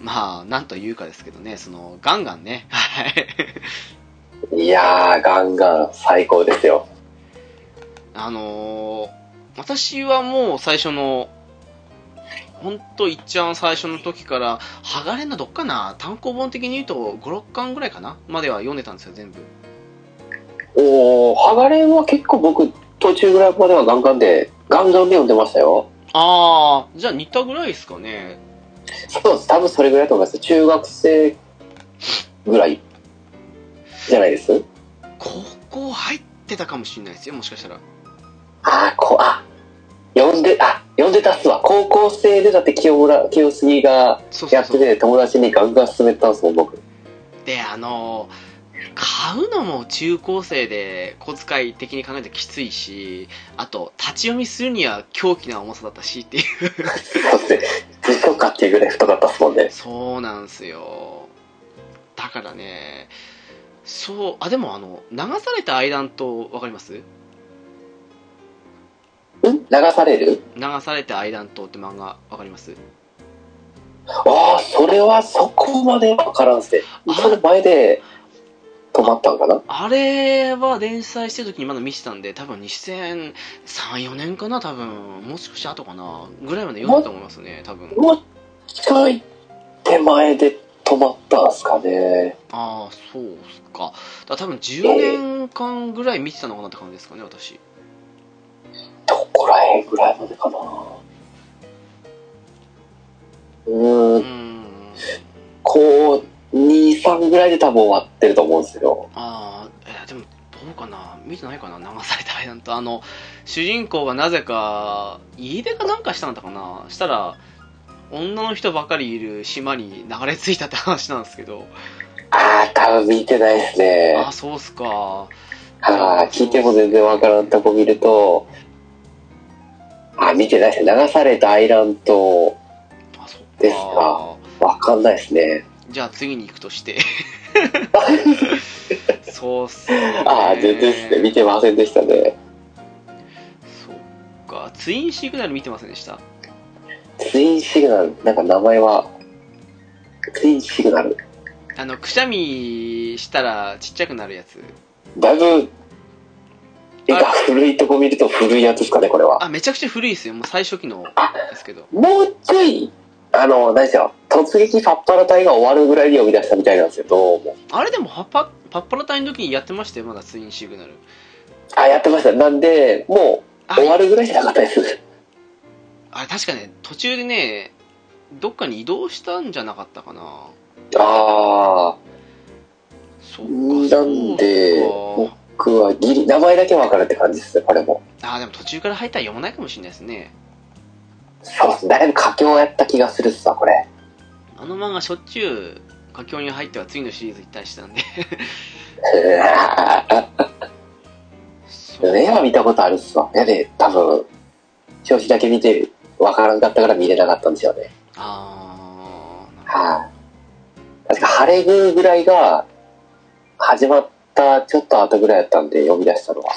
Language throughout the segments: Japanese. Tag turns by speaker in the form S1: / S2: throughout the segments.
S1: まあ、なんというかですけどね、その、ガンガンね、はい。
S2: いやー、ガンガン最高ですよ。
S1: あのー私はもう最初の、ほんと一番最初の時から、ハガレンのどっかな、単行本的に言うと5、6巻ぐらいかなまでは読んでたんですよ、全部。
S2: おー、ハガレンは結構僕、途中ぐらいまではガンガンで、ガンガンで読んでましたよ。
S1: あー、じゃあ似たぐらいですかね。
S2: そうです。多分それぐらいだと思います。中学生ぐらいじゃないです。
S1: 高校入ってたかもしれないですよ、もしかしたら。
S2: あー、こ、あ、読んで、あ、読んでたっすわ。高校生でだって清村、清杉が
S1: そうそ
S2: や
S1: う
S2: って
S1: そう。
S2: て、友達にガンガン勧めたんですもん、僕。
S1: で、あのー買うのも中高生で小遣い的に考えてきついし、あと、立ち読みするには狂気な重さだったしっていう。
S2: そうですね。嘘かっていうぐらい太かったっすもんね。
S1: そうなんすよ。だからね、そう、あ、でもあの、流された愛談とわかります
S2: ん流される
S1: 流された愛談とって漫画わかります
S2: ああ、それはそこまでわからんっすね
S1: あ。
S2: その前で止まったんかな
S1: あれは連載してる時にまだ見てたんで、多分2003、4年かな、多分。もしかして後かな。ぐらいまで読んだと思いますね、多分。
S2: もうちょい手前で止まったんすかね。
S1: ああ、そうっすか。だから多分10年間ぐらい見てたのかなって感じですかね、私。
S2: どこら辺ぐらいまでかなう
S1: う
S2: ーん、
S1: ん。
S2: こう、2、3ぐらいで多分終わってると思うんですよ。
S1: ああ、えーでも、どうかな見てないかな流された愛なんと。あの、主人公がなぜか、家出かなんかしたんだったかなしたら、女の人ばかりいる島に流れ着いたって話なんですけど。
S2: ああ、多分見てないです
S1: あ
S2: ね
S1: あ、。そうっすか。
S2: ああ、聞いても全然わからんとこ見ると、ああ、見てないですね。流されたアイランド、
S1: あ、そっか。
S2: ですかわかんないですね。
S1: じゃあ次に行くと して。そうっす
S2: ああ、全然ですね。見てませんでしたね。
S1: そっか。ツインシグナル見てませんでした
S2: ツインシグナル、なんか名前は、ツインシグナル。
S1: あの、くしゃみしたらちっちゃくなるやつ。
S2: だいぶ、え
S1: あ
S2: 古いとこ見ると古いやつですかね、これは。
S1: あ、めちゃくちゃ古いですよ。もう最初期のですけど。
S2: もうちょい、あの、何でしょう、突撃パッパラ隊が終わるぐらいに読み出したみたいなんですよ、どうも。
S1: あれでもパッパ、パッパラ隊の時にやってましたよ、まだツインシグナル。
S2: あ、やってました。なんで、もう
S1: あ
S2: 終わるぐらいじゃなかったです。
S1: あれ確かね、途中でね、どっかに移動したんじゃなかったかな。
S2: ああ、
S1: そっか、
S2: なんで、
S1: そうか。
S2: 僕はギリ、名前だけわかるって感じですね、これも。
S1: あー、でも途中から入ったら読まないかもしれないですね。
S2: そうですね、だいぶ佳境やった気がするっすわ、これ。
S1: あの漫画しょっちゅう佳境に入っては次のシリーズ行ったりしてたんで。
S2: うわー
S1: そう
S2: 絵は見たことあるっすわ。絵で、多分、表紙だけ見て、わからんかったから見れなかったんですよね。
S1: あー、なるほど
S2: はい、確か、晴れぐぐらいが、始まったちょっと後ぐらいやったんで、呼び出したのは。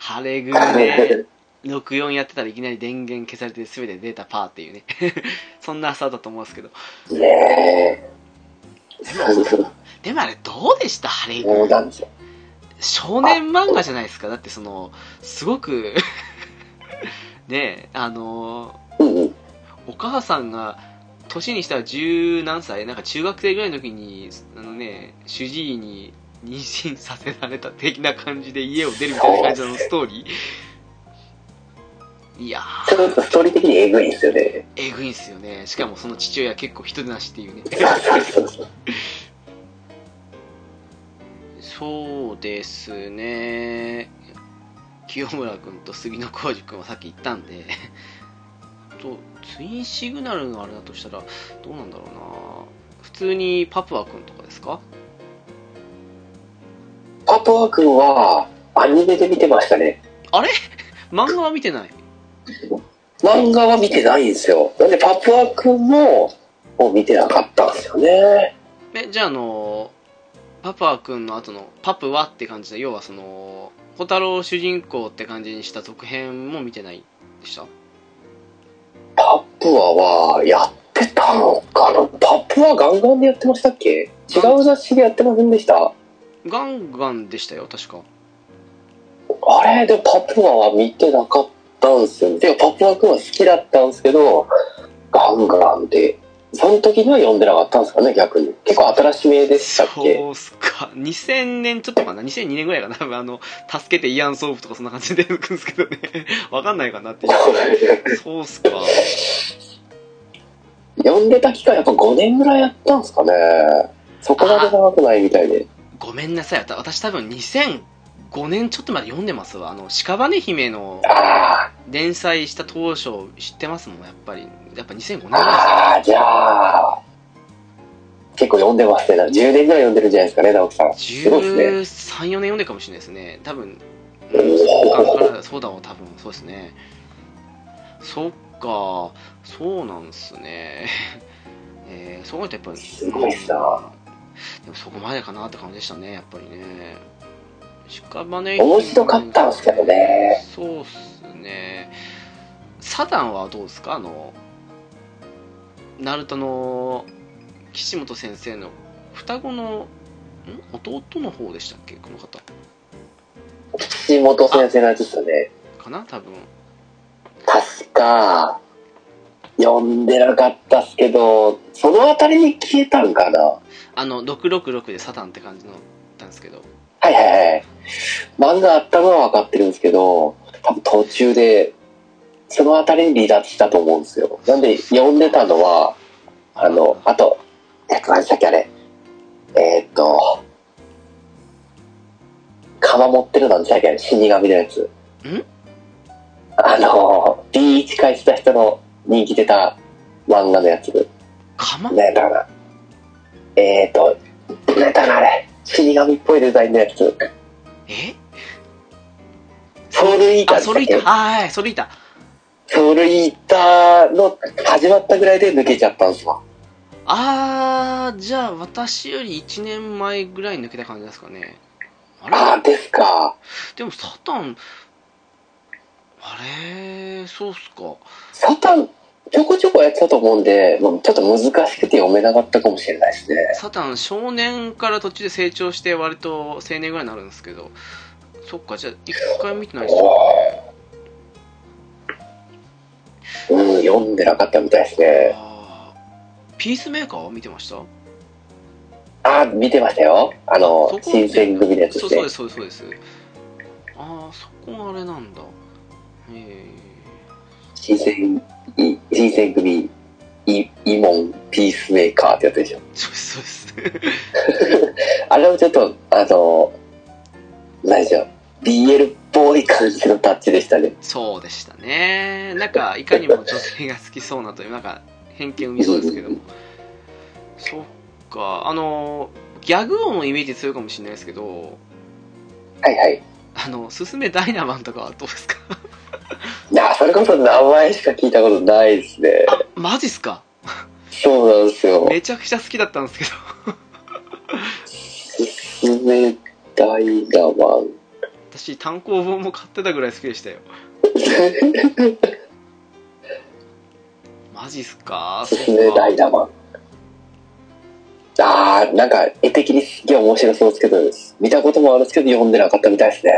S1: ハレグーで、64やってたらいきなり電源消されて全てデータパーっていうね。 そんな朝だと思うんですけど。
S2: ねえ。
S1: でもあれどうでしたハレグ
S2: もう
S1: ー。
S2: なんですよ。
S1: 少年漫画じゃないですか。だってその、すごく、 ねえ、あの
S2: うんうん。
S1: お母さんが、年にしたら十何歳なんか中学生ぐらいの時に、あのね、主治医に妊娠させられた的な感じで家を出るみたいな感じのストーリー。いやー。
S2: ちょっとストーリー的にエグいんですよね。
S1: えぐいんすよねしかもその父親結構人でなしっていうね
S2: そうそうそう。
S1: そうですね清村君と杉野浩二君はさっき言ったんでとツインシグナルのあれだとしたらどうなんだろうな普通にパプア君とかですか
S2: パトワ君は、アニメで見てましたね。
S1: 漫画は見てない
S2: 漫画は見てないんですよ。なんで、パプワ君も、もう見てなかったんですよね。
S1: えじゃああのパプア君の後のパプはって感じで要はその小太郎を主人公って感じにした続編も見てないでした
S2: パプアは、やっってたのかなパップはガンガンでやってましたっけ違う雑誌でやってませんでした
S1: ガンガンでしたよ確か
S2: あれでパプアは見てなかったんすよね。でもパプア君は好きだったんですけど、ガンガンで。その時には読んでなかったんですかね、逆に。結構新しめでしたっけ
S1: そうっすか2000年ちょっとかな2002年ぐらいかなあの助けてイアン・ソープとかそんな感じで出てくるんですけどね わかんないかなっていうそうっすか
S2: 読んでた期間やっぱ5年ぐらいやったんですかね。そこまで長くないみたいで。
S1: ごめんなさい私多分2005年ちょっとまで読んでますわあの屍姫の
S2: あ
S1: 連載した当初知ってますもんやっぱりやっぱ2005年ぐ
S2: あ、
S1: らいですよ
S2: ああ、じゃあ。結構読んでますね。10年ぐらい読んでるんじゃないですかね、直樹さん。すごいで
S1: 13、4年読んでるかもしれないですね。多分、
S2: お
S1: う
S2: ー
S1: んそうかからそうだわ、多分、そうですね。そっか、そうなんですね。 えー、そう思うとやっぱり。
S2: すごいっすな
S1: でもそこまでかなって感じでしたね、やっぱりね。屍
S2: 面白かったんですけどね。
S1: そうっすね。サダンはどうですかあの、ナルトの岸本先生の双子のん弟の方でしたっけこの方
S2: すね。岸本先生のやつですよね。
S1: かな多分
S2: 確か、読んでなかったっすけど、そのあたりに消えたんかなは
S1: あの666でサタンって感じのだったんですけど
S2: いはいはい。漫画あったのは分かってるんですけど、多分途中で、そのあたりに離脱したと思うんですよ。なんで、読んでたのは、あの、あと、えっと、何でしたっけあれ。えーっと、釜持ってるなんでしたっけあれ死神のやつ。
S1: ん
S2: あの、B1 返した人の人気出た漫画のやつ。
S1: 釜
S2: 何やったかなえーと、何やったかなあれ。死神っぽいデザインのやつ。
S1: え
S2: ソウルイーター
S1: あ
S2: でし
S1: そ
S2: た
S1: れ
S2: っ
S1: い
S2: け
S1: たはいはいそれいた
S2: ソウルイーターの始まったぐらいで抜けちゃったんですわ。
S1: あーじゃあ私より1年前ぐらいに抜けた感じですかねあ
S2: あ
S1: れ
S2: あ、ですか。
S1: でもサタンあれそうっすか
S2: サタン、ちょこちょこやってたと思うんで、まあちょっと難しくて読めなかったかもしれないですね。
S1: サタン少年から途中で成長して割と青年ぐらいになるんですけどそっかじゃあ一回見てないですよ
S2: うん、読んでなかったみたいですね。
S1: あーピースメーカーは見てました
S2: ああ、見てましたよ。あの
S1: そ、こ
S2: 新選組のやつ
S1: そ
S2: で
S1: う
S2: す
S1: そうで
S2: ね。
S1: すそうですそうですああそこがあれなんだえ
S2: 新選、い新選組、イイモン、ピースメーカーってやつでしょ
S1: ー、。そうですそうです
S2: あれもちょっと、あの、何でしょう。BL っぽい感じのタッチでしたね。
S1: そうでしたねなんかいかにも女性が好きそうなというなんか偏見を見そうですけどもそっかあのギャグ王のイメージ強いかもしれないですけど
S2: はいはい。
S1: あの「すすめダイナマン」とかはどうですか
S2: なあ、それこそ名前しか聞いたことないですね。
S1: マジっすか
S2: そうなんですよ。
S1: めちゃくちゃ好きだったんですけど
S2: 冷たいダマン。
S1: 私単行本も買ってたぐらい好きで したよマジっすか
S2: すすめダイナマン。あー、なんか絵的にすげえ面白そうですけど、見たこともあるんですけど、読んでなかったみたいですね。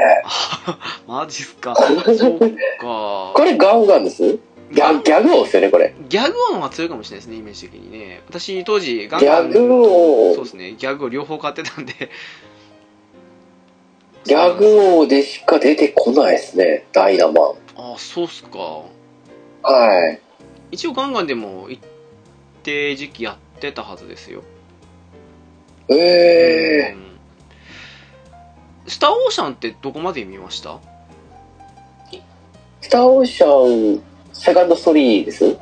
S1: マジっすかそう
S2: こ
S1: か
S2: れガンガンですギャギャグ王ですよね、これ。
S1: ギャグ王の方が強いかもしれないですねイメージ的にね私当時ガンガン
S2: ギャグ王
S1: そうですねギャグを両方買ってたんで
S2: ギャグ王でしか出てこないですね、ダイナマン。
S1: あそうっすか
S2: はい。
S1: 一応ガンガンでも一定時期やってたはずですよ
S2: え
S1: うんスター・オーシャンってどこまで見ました
S2: ー、スターオーシャン、セカンドストーリーです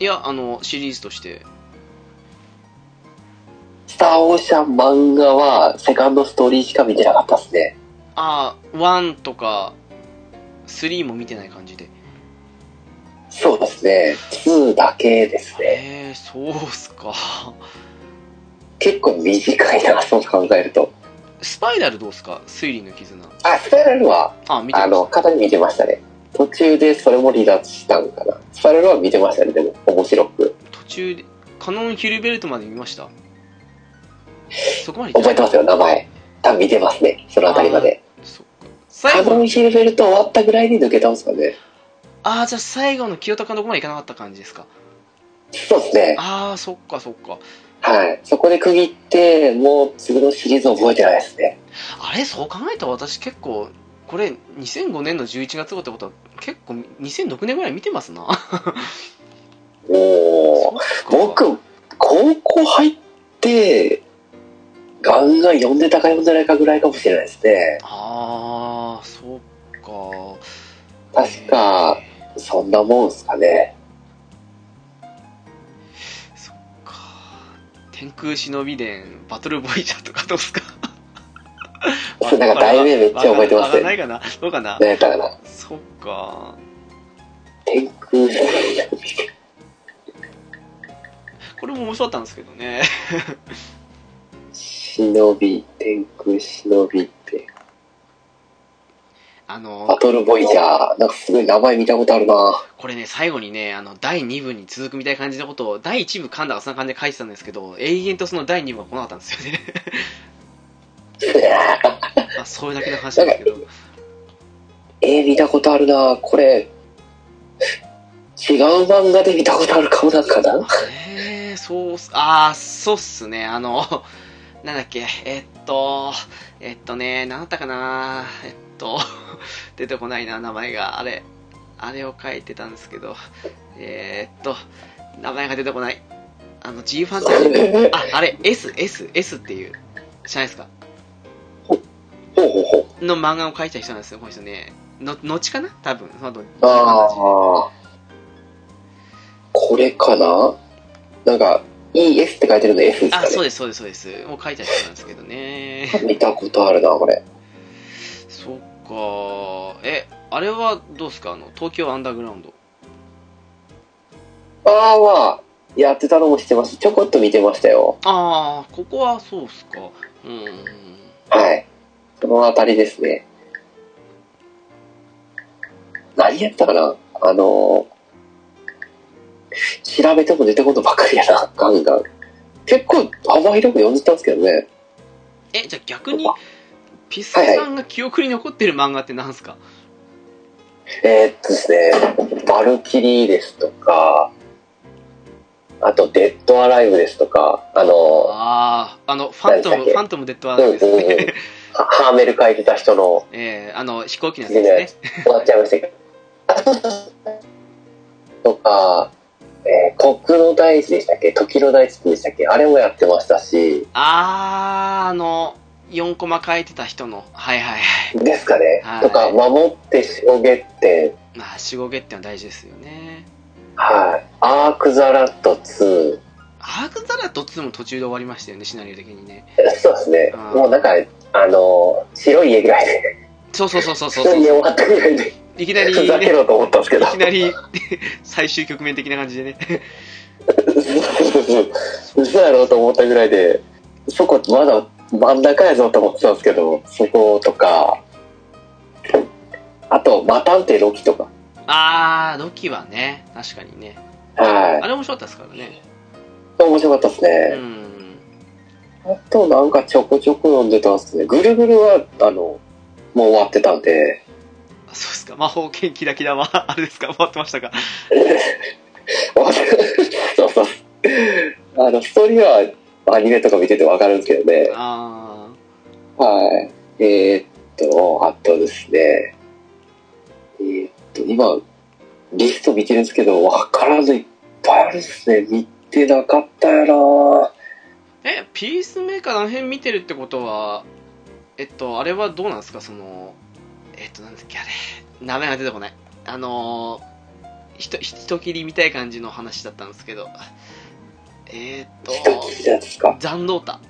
S1: いやあのシリーズとして
S2: スターオーシャン漫画は、セカンドストーリーしか見てなかったですね。
S1: ああ1とか3も見てない感じで
S2: そうですね。2だけです
S1: え
S2: ね。
S1: ー、そうっすか
S2: 結構短いな、そう考えると。
S1: スパイラルどうっすか推理の絆
S2: あ、スパイラルは、
S1: あ見て
S2: あ
S1: ま
S2: の、
S1: し
S2: 肩に見てましたね。途中でそれも離脱したんかな。スパイラルは見てましたね、でも、面白く。
S1: た途中でカノン・ヒルベルトまで見ましたそこまで行った
S2: 覚えてますよ、名前。多分見てますね、そのあたりまで。
S1: そっか
S2: カ
S1: 最
S2: ノ
S1: 後
S2: ンヒルベルト終わったぐらいに抜けたんですかね。
S1: ああじゃあ最後の清高のとこまで行かなかった感じですか
S2: そうですね。
S1: ああそっかそっか
S2: はい。そこで区切って、もう次のシリーズ覚えてないですね。
S1: あれそう考えたら私結構これ2005年の11月号ってことは結構2006年ぐらい見てますな
S2: おー。僕、高校入って、ガンガン読んでたか読んでないかぐらいかもしれないですね。
S1: ああそっか
S2: 確か、
S1: え
S2: そんなもんですかね。
S1: ーそっか天空忍び伝バトルボイジャーとかどうすか
S2: そう なんか題名めっちゃ覚えてます
S1: わ
S2: ね
S1: かんないかなどうかな
S2: 何やったかな。
S1: そっか
S2: 天空の
S1: これも面白かったんですけどね
S2: 忍び、天空忍びって。
S1: あ
S2: バ
S1: の
S2: トルボイジャー、なんかすごい名前見たことあるな
S1: これね最後にねあの第2部に続くみたいな感じのことを第1部噛んだかそんな感じで書いてたんですけど永遠とその第2部が来なかったんですよね あそういうだけの話なんですけど
S2: えー、見たことあるなこれ、違う漫画で見たことあるかもなんかな
S1: えー、そうっすあーそうっすねあの なんだっけえっとえっとね何だったかなえっと 出てこないな名前があれあれを書いてたんですけどえーっと名前が出てこないあの G ファンタジーのああれ SSS っていう知らないですか
S2: ほうほうほう。
S1: の漫画を描いた人なんですよこの人ねの後かな多分その後 G ファンタジー
S2: ああ。これかななんか、ES って書いてるの S ですか
S1: あ
S2: ね。
S1: そうですそうですそうですもう書いた人なんですけどね
S2: 見たことあるな、これ。
S1: そっかえあれはどうですかあの東京アンダーグラウンド
S2: ああ、まあ、やってたのも知ってますし、ちょこっと見てましたよ。
S1: ああここはそうっすかうんうんうん
S2: はい。そのあたりですね。何やったかなあのー調べても出てこんのばっかりやな、ガンガン。結構幅広く読んでたんですけどね。
S1: えじゃあ逆にピスケさんが記憶に残ってる漫画ってなんすか、
S2: えーっとですね、バルキリーですとか、あと、デッドアライブですとか、あの、
S1: あああのファントム
S2: なん
S1: フ
S2: だっけ
S1: ァントムデッドア
S2: うん
S1: ライ
S2: うんう
S1: ブ
S2: ん
S1: ですね、
S2: ハハーメル書いてた人の、
S1: えーあの飛行機のやつですね
S2: 終わっちゃいましたけど。とか、えー、国の大地でしたっけ時の大地でしたっけあれもやってましたし、
S1: あああの4コマ書いてた人のはいはいはい
S2: ですかね
S1: はい
S2: とか、守ってしおげって、
S1: まあ四五月ってのは大事ですよね
S2: はい。アークザラット2。
S1: アークザラと2も途中で終わりましたよねシナリオ的にね
S2: そうですね。
S1: あー
S2: もうなんか、あの、白い家ぐらいで。
S1: そうそうそうそうそう
S2: 普通
S1: そう
S2: に終わったぐらいで
S1: いきな
S2: ふ
S1: り、
S2: ざけ
S1: ね、
S2: ろと思ったんですけど
S1: いきなり最終局面的な感じでね
S2: 嘘やろうと思ったぐらいでそこまだ真ん中やぞと思ってたんですけどそことかあと「マタンテロキ」とか
S1: あーロキはね確かにね
S2: は
S1: あれ面白かったですからね
S2: い面白かったです
S1: う
S2: ね、
S1: ん
S2: あとなんかちょこちょこ読んでたんですねぐるぐるはあのもう終わってたんで
S1: あそうですか魔法剣キラキラは あれですか終わってましたか
S2: 終わって そうそうあのストーリーはアニメとか見ててわかるんですけどね
S1: あ
S2: はい。えーっと、あとですね。えーっと、今、リスト見てるんですけど、わからずいっぱいあるですね。見てなかったよな
S1: ーえピースメーカーの辺見てるってことはえっとあれはどうなんですかそのえっとなんだっけあれ名前が出てこないあのー、ひとひと切りみたい感じの話だったんですけどえー、っと
S2: 人聞いたんですか
S1: 残ノータ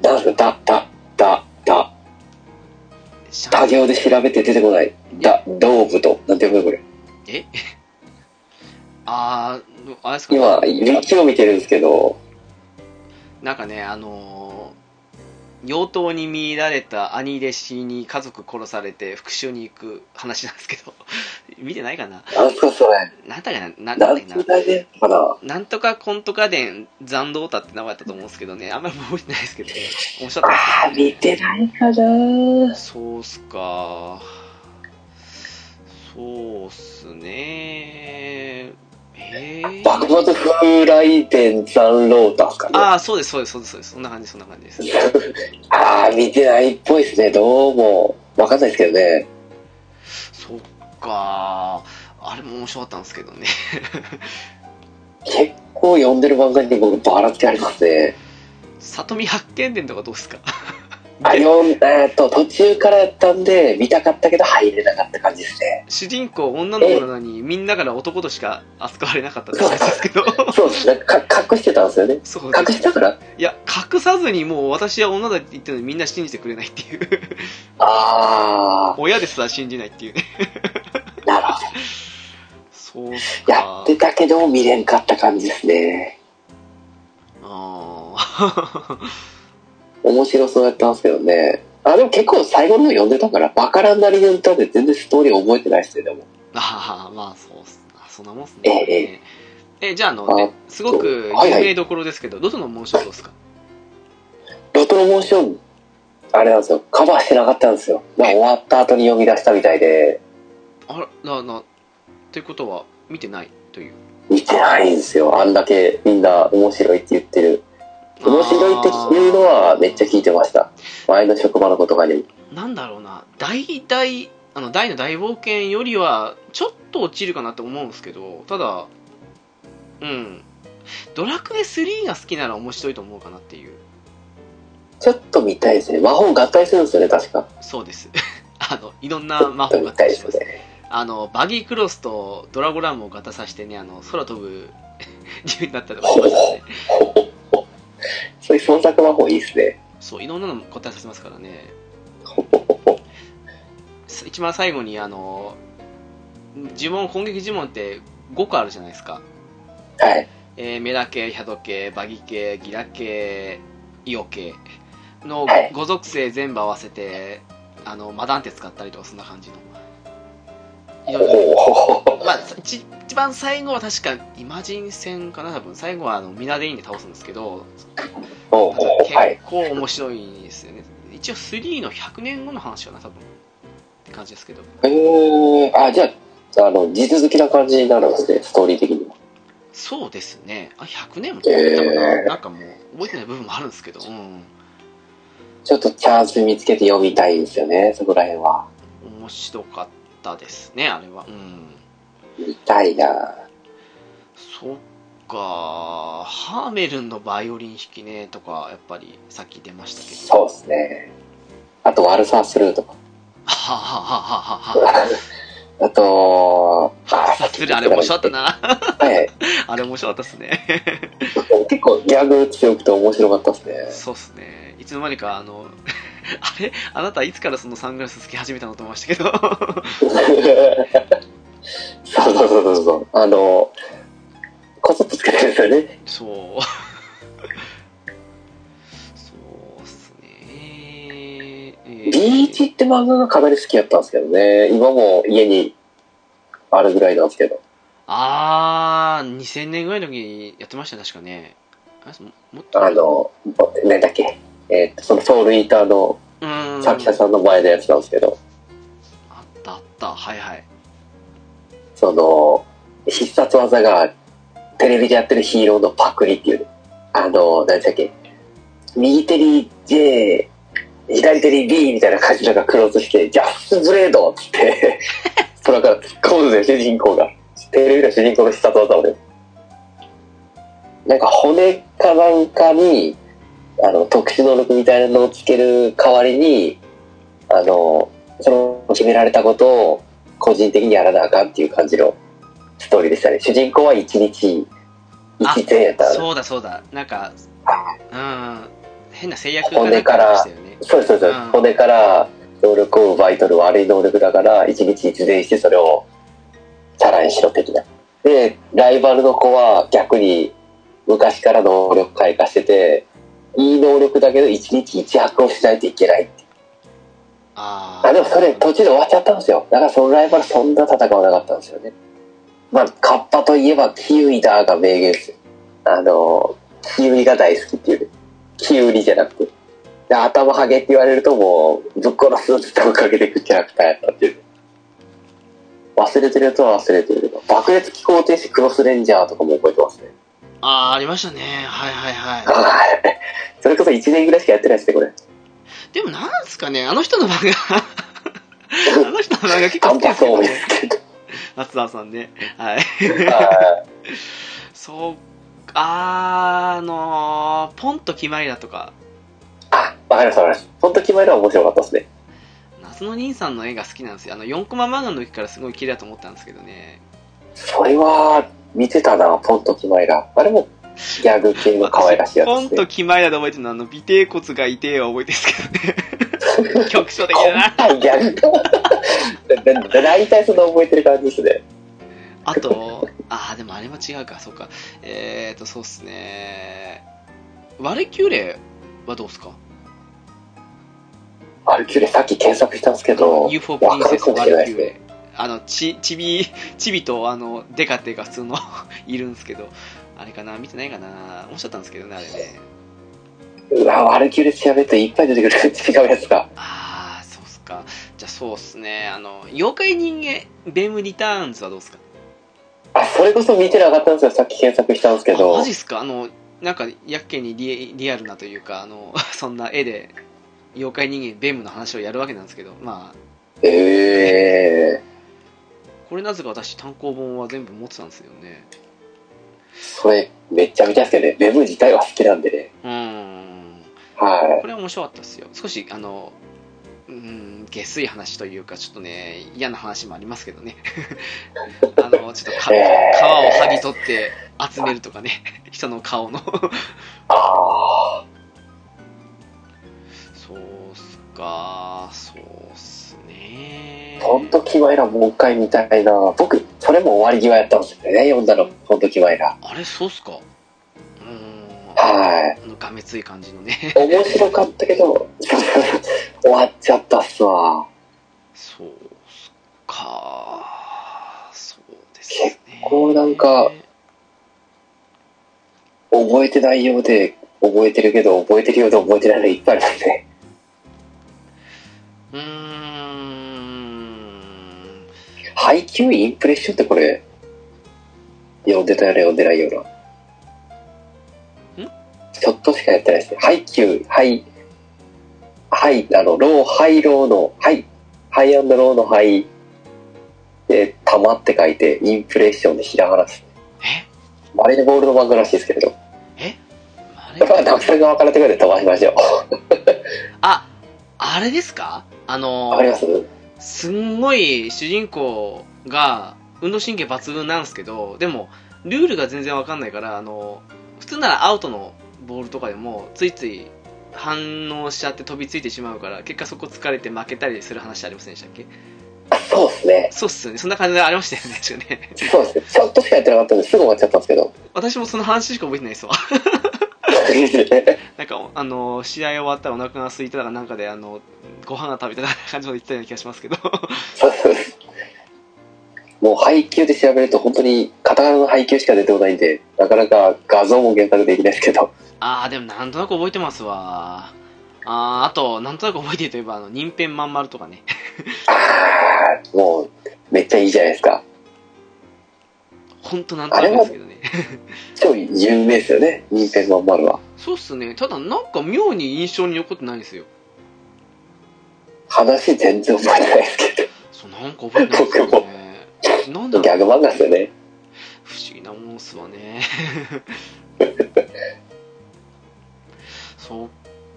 S2: なんか、だ、だ、だ、だ、
S1: シャ
S2: 多
S1: ン
S2: 行で調べて出てこない。だ、ドーブと、なんて読むのこれ。
S1: えあーあれですか
S2: 今、リッチを見てるんですけど、
S1: なんかねあのー妖刀に見入られた兄弟子に家族殺されて復讐に行く話なんですけど 見てないかな
S2: なんすかそれ。
S1: なんだかななな
S2: なんん
S1: だっけ
S2: つ大でかな。
S1: ななんとかコント家電残道歌って名前だったと思うんですけどねあんまり覚えてないですけど面白かったです
S2: あー、見てないかな。
S1: そうっすか。そうっすね。えー、
S2: 幕末風来店残浪歌っすかね。
S1: ああ、そうです、そうです、そうです、そうです。そんな感じ、そんな感じです。
S2: あー、見てないっぽいですね。どうも。わかんないですけどね。
S1: そっか。あれも面白かったんですけどね。
S2: 結構読んでる漫画に僕バラってありますね。
S1: 里見八犬伝とかどうですか
S2: あ、読ん、えーっと、途中からやったんで、見たかったけど入れなかった感じですね。
S1: 主人公女の子なのに、みんなから男としか扱われなかったって話ですけど。
S2: そうですね。か隠してたんですよね。
S1: そう
S2: 隠してたから
S1: いや、隠さずにもう私は女だって言ってるのにみんな信じてくれないって いう。
S2: あ
S1: 親ですら信じないっていうね。
S2: ー、なるほ
S1: そうっす
S2: ど。
S1: か。
S2: やってたけど見れんかった感じですね。
S1: ああ
S2: 面白そうやったんですけどね。あ、でも結構最後の方読んでたから、バカランなりの歌で全然ストーリー覚えてないですね、でも。
S1: ああまあそうっすあそんなもんっす
S2: え
S1: ね
S2: え
S1: えじゃああのねすごく
S2: はい
S1: 有
S2: はい
S1: 名どころですけど、どの紋章どうですか
S2: ロトロモーション、あれなんですよ。カバーしてなかったんですよ。まあ終わった後に読み出したみたいで、
S1: あらななということは見てないという
S2: 見てないんですよ。あんだけみんな面白いって言ってる。面白いっていうのはめっちゃ聞いてました。前の職場の子とかにも。
S1: あーなんだろうな大大あの大の大冒険よりはちょっと落ちるかなって思うんですけどただうんドラクエ3が好きなら面白いと思うかなっていう
S2: ちょっと見たいですね。魔法合体するんですよね、確か。
S1: そうです あのいろん
S2: ち
S1: な
S2: ょ
S1: 魔
S2: っと
S1: 法
S2: 見
S1: が
S2: たい
S1: 出
S2: で
S1: します
S2: すね。
S1: あのバギークロスとドラゴラムをガタさしてねあの空飛ぶ 竜になったりとかしましたね
S2: ほほほそういう創作魔法いいですね。
S1: そういろんなのも答えさせますからね
S2: ほほほほ
S1: す一番最後にあの呪文攻撃呪文って5個あるじゃないですか、
S2: はい。
S1: えーメラ系ヒャド系バギ系ギラ系イオ系の
S2: はい
S1: 5属性全部合わせてあのマダンテ使ったりとかそんな感じのいろいろ
S2: ほほほほ
S1: まあ、一一番最後は確かイマジン戦かな多分最後はあのミナデインで倒すんですけど
S2: ほう
S1: なんか
S2: ほうはい。
S1: 結構面白いですよね、一応3の100年後の話かな多分って感じですけど
S2: えー、あ、じゃあ、あの、地続きな感じになるんですね、ストーリー的には。
S1: そうですねあ100年も経ったかな、
S2: えー
S1: なんかもう覚えてない部分もあるんですけど、うん、
S2: ちょっとチャンス見つけて読みたいんですよね、そこら辺は。
S1: 面白かったですねあれはうん
S2: 見たいな
S1: そっかハーメルンのバイオリン弾きねとかやっぱりさっき出ましたけど
S2: そうですね。あと、ワルサースルーとか。
S1: はははははは
S2: あと、あ
S1: さ するあれ面白かったな
S2: はい。
S1: あれ面白かったっす ね。
S2: 結構ギャグ強くて面白かったですね。
S1: そうっすね。いつの間にか、あの、 あれあなたいつからそのサングラスつけ始めたのと思いましたけ ど。
S2: そうそうそうそうそう。あの、こそっとつけてるんですよね。
S1: そう。そうっすね。えー
S2: ビーチって漫画がかなり好きやったんですけどね。今も家にあるぐらいなんですけど。
S1: あー、2000年ぐらいの時にやってましたね、確かね。あれももっと
S2: あの、なんだっけ。えーっと、そのソウルイーターの
S1: うーん。
S2: 作者さんの前のやつなんですけど、
S1: あったあった。はいはい。
S2: その、必殺技がテレビでやってるヒーローのパクリっていう、あの、なんでしたっけ。右手に J、左手に B みたいな感じのがクロスして、ジャスブレードっつって、 空から突っ込むんですよ、主人公が。テレビの主人公の必殺技をね。なんか骨かなんかに、あの、特殊能力みたいなのをつける代わりに、あの、その決められたことを個人的にやらなあかんっていう感じのストーリーでしたね。主人公は一日、
S1: あ
S2: 一全やったんです
S1: そうだそうだ。なんか、うん。変な制約
S2: ほんで
S1: なんかありましたよね。
S2: そうですそうです
S1: うん
S2: 骨から能力を奪い取る悪い能力だから一日一善してそれをさらにしろ的なでライバルの子は逆に昔から能力開花してていい能力だけど一日一悪をしないといけないって
S1: あー
S2: あでもそれ途中で終わっちゃったんですよだからそのライバルそんな戦わなかったんですよねまあカッパといえばキウイだが名言ですよあのキウイが大好きっていうキウリじゃなくてで頭ハゲって言われるともうぶっ殺すって追っかけていくキャラクターやったっていう忘れてるとは忘れてるけど爆裂機構停止クロスレンジャーとかも覚えてますね
S1: あーありましたねはいはいはい
S2: はいそれこそ1年ぐらいしかやってないですねこれ
S1: でもなんですかねあの人の漫 画あの人の漫画結構好
S2: 単
S1: きです
S2: 発
S1: けど
S2: 多い
S1: ね
S2: ですけど
S1: 夏田さんねはい
S2: は
S1: そうあーあのーポンと決まりだとか
S2: いあわかりましたわかりました本当決まりは面白かったですね
S1: 夏の兄さんの絵が好きなんですよあの4コマ漫画の時からすごい綺麗だと思ったんですけどね
S2: それは見てたなポンとキマイラあれもギャグ系の可愛らしい や
S1: ポン
S2: つです
S1: と
S2: ね
S1: 決まりだと覚えてるのはあの尾てい骨が痛いは覚えてるんです けどね局所的だな
S2: 今回ギャグだ だ大体その覚えてる感じですね
S1: あとああでもあれも違うかそうかえーとそうっすねワルキューレはどうっすか
S2: あれキュレさっき検索したんですけど
S1: UFO プリ
S2: わ
S1: ン
S2: か
S1: セ
S2: る
S1: ス
S2: かも
S1: ワ
S2: しれな
S1: ル
S2: い
S1: キュ
S2: で
S1: ー
S2: すね
S1: レあのちちびちびとあのデカっていうか普通の いるんですけどあれかな見てないかな面白かったんですけどねあれね
S2: うわワルキューレ調べるといっぱい出てくる違うやつが
S1: ああそうっすかじゃあそうっすねあの妖怪人間ベムリターンズはどうっすか
S2: あそれこそ見てなかったんですよさっき検索したんですけ
S1: あ
S2: ど
S1: マジっすかあのなんかやっけにリリアルなというかあの そんな絵で妖怪人間ベムの話をやるわけなんですけどまあ
S2: ええ
S1: これなぜか私単行本は全部持ってたんですよね
S2: それめっちゃ見たいですけどねベム自体は好きなんでね
S1: うーん
S2: は
S1: これは面白かったですよ少しあのうーん下水話というかちょっとね嫌な話もありますけどね あのちょっとか皮
S2: えー
S1: を剥ぎ取って集めるとかね人の顔の
S2: いああ
S1: そうっすかそうっすね
S2: ポンとキマイラもう一回見たいな僕それも終わり際やったんですよね読んだのポンとキマイラ
S1: あれそうっすかうーん
S2: はい
S1: あのがめつい感じのね
S2: 面白かったけど 終わっちゃったっすわ
S1: そうっすかそうですね
S2: 結構なんか覚えてないようで覚えてるけど覚えてるようで覚えてないのいっぱいありますね
S1: うーん
S2: 配給インプレッションってこれ読んでたような読んでないようなんちょっとしかやってないですね配給はいはいあのローハイローのはいハイアンドローのはいで玉って書いてインプレッションでひらがなです
S1: え
S2: マリネボールの漫画らしいですけれど
S1: あ
S2: やっぱたく
S1: れ
S2: さんが分かれてくれて飛ばしましょう
S1: ああれですかあの
S2: わかります
S1: すんごい主人公が運動神経抜群なんですけどでもルールが全然わかんないからあの普通ならアウトのボールとかでもついつい反応しちゃって飛びついてしまうから結果そこ疲れて負けたりする話ありませんでしたっけ
S2: あそうですね
S1: そうっすよねそんな感じでありましたよね確かね
S2: そうですねちょっとしかやってなかったんですぐ終わっちゃったんですけ ど
S1: 私もその話しか覚えてないですわなんかあの試合終わったらお腹が空いたとかなんかであのご飯が食べたいな感じの言ってたような気がしますけど
S2: そうです もう配給で調べると本当にカタカナの配給しか出てこないんでなかなか画像も検索できないですけど
S1: ああでもなんとなく覚えてますわあーあとなんとなく覚えてるといえばあの任天まんまるとかね
S2: ああもうめっちゃいいじゃないですか
S1: ほんとなんとなくですけどね
S2: 超有名ですよね任天堂まるは
S1: そうっすねただなんか妙に印象に残ってないんですよ
S2: 話全然覚えてないですけ
S1: そうなんか覚えてないですよねなんだ
S2: どギ
S1: ろ
S2: ャ
S1: う
S2: グ漫画ですよね
S1: 不思議なもんっすわねそっ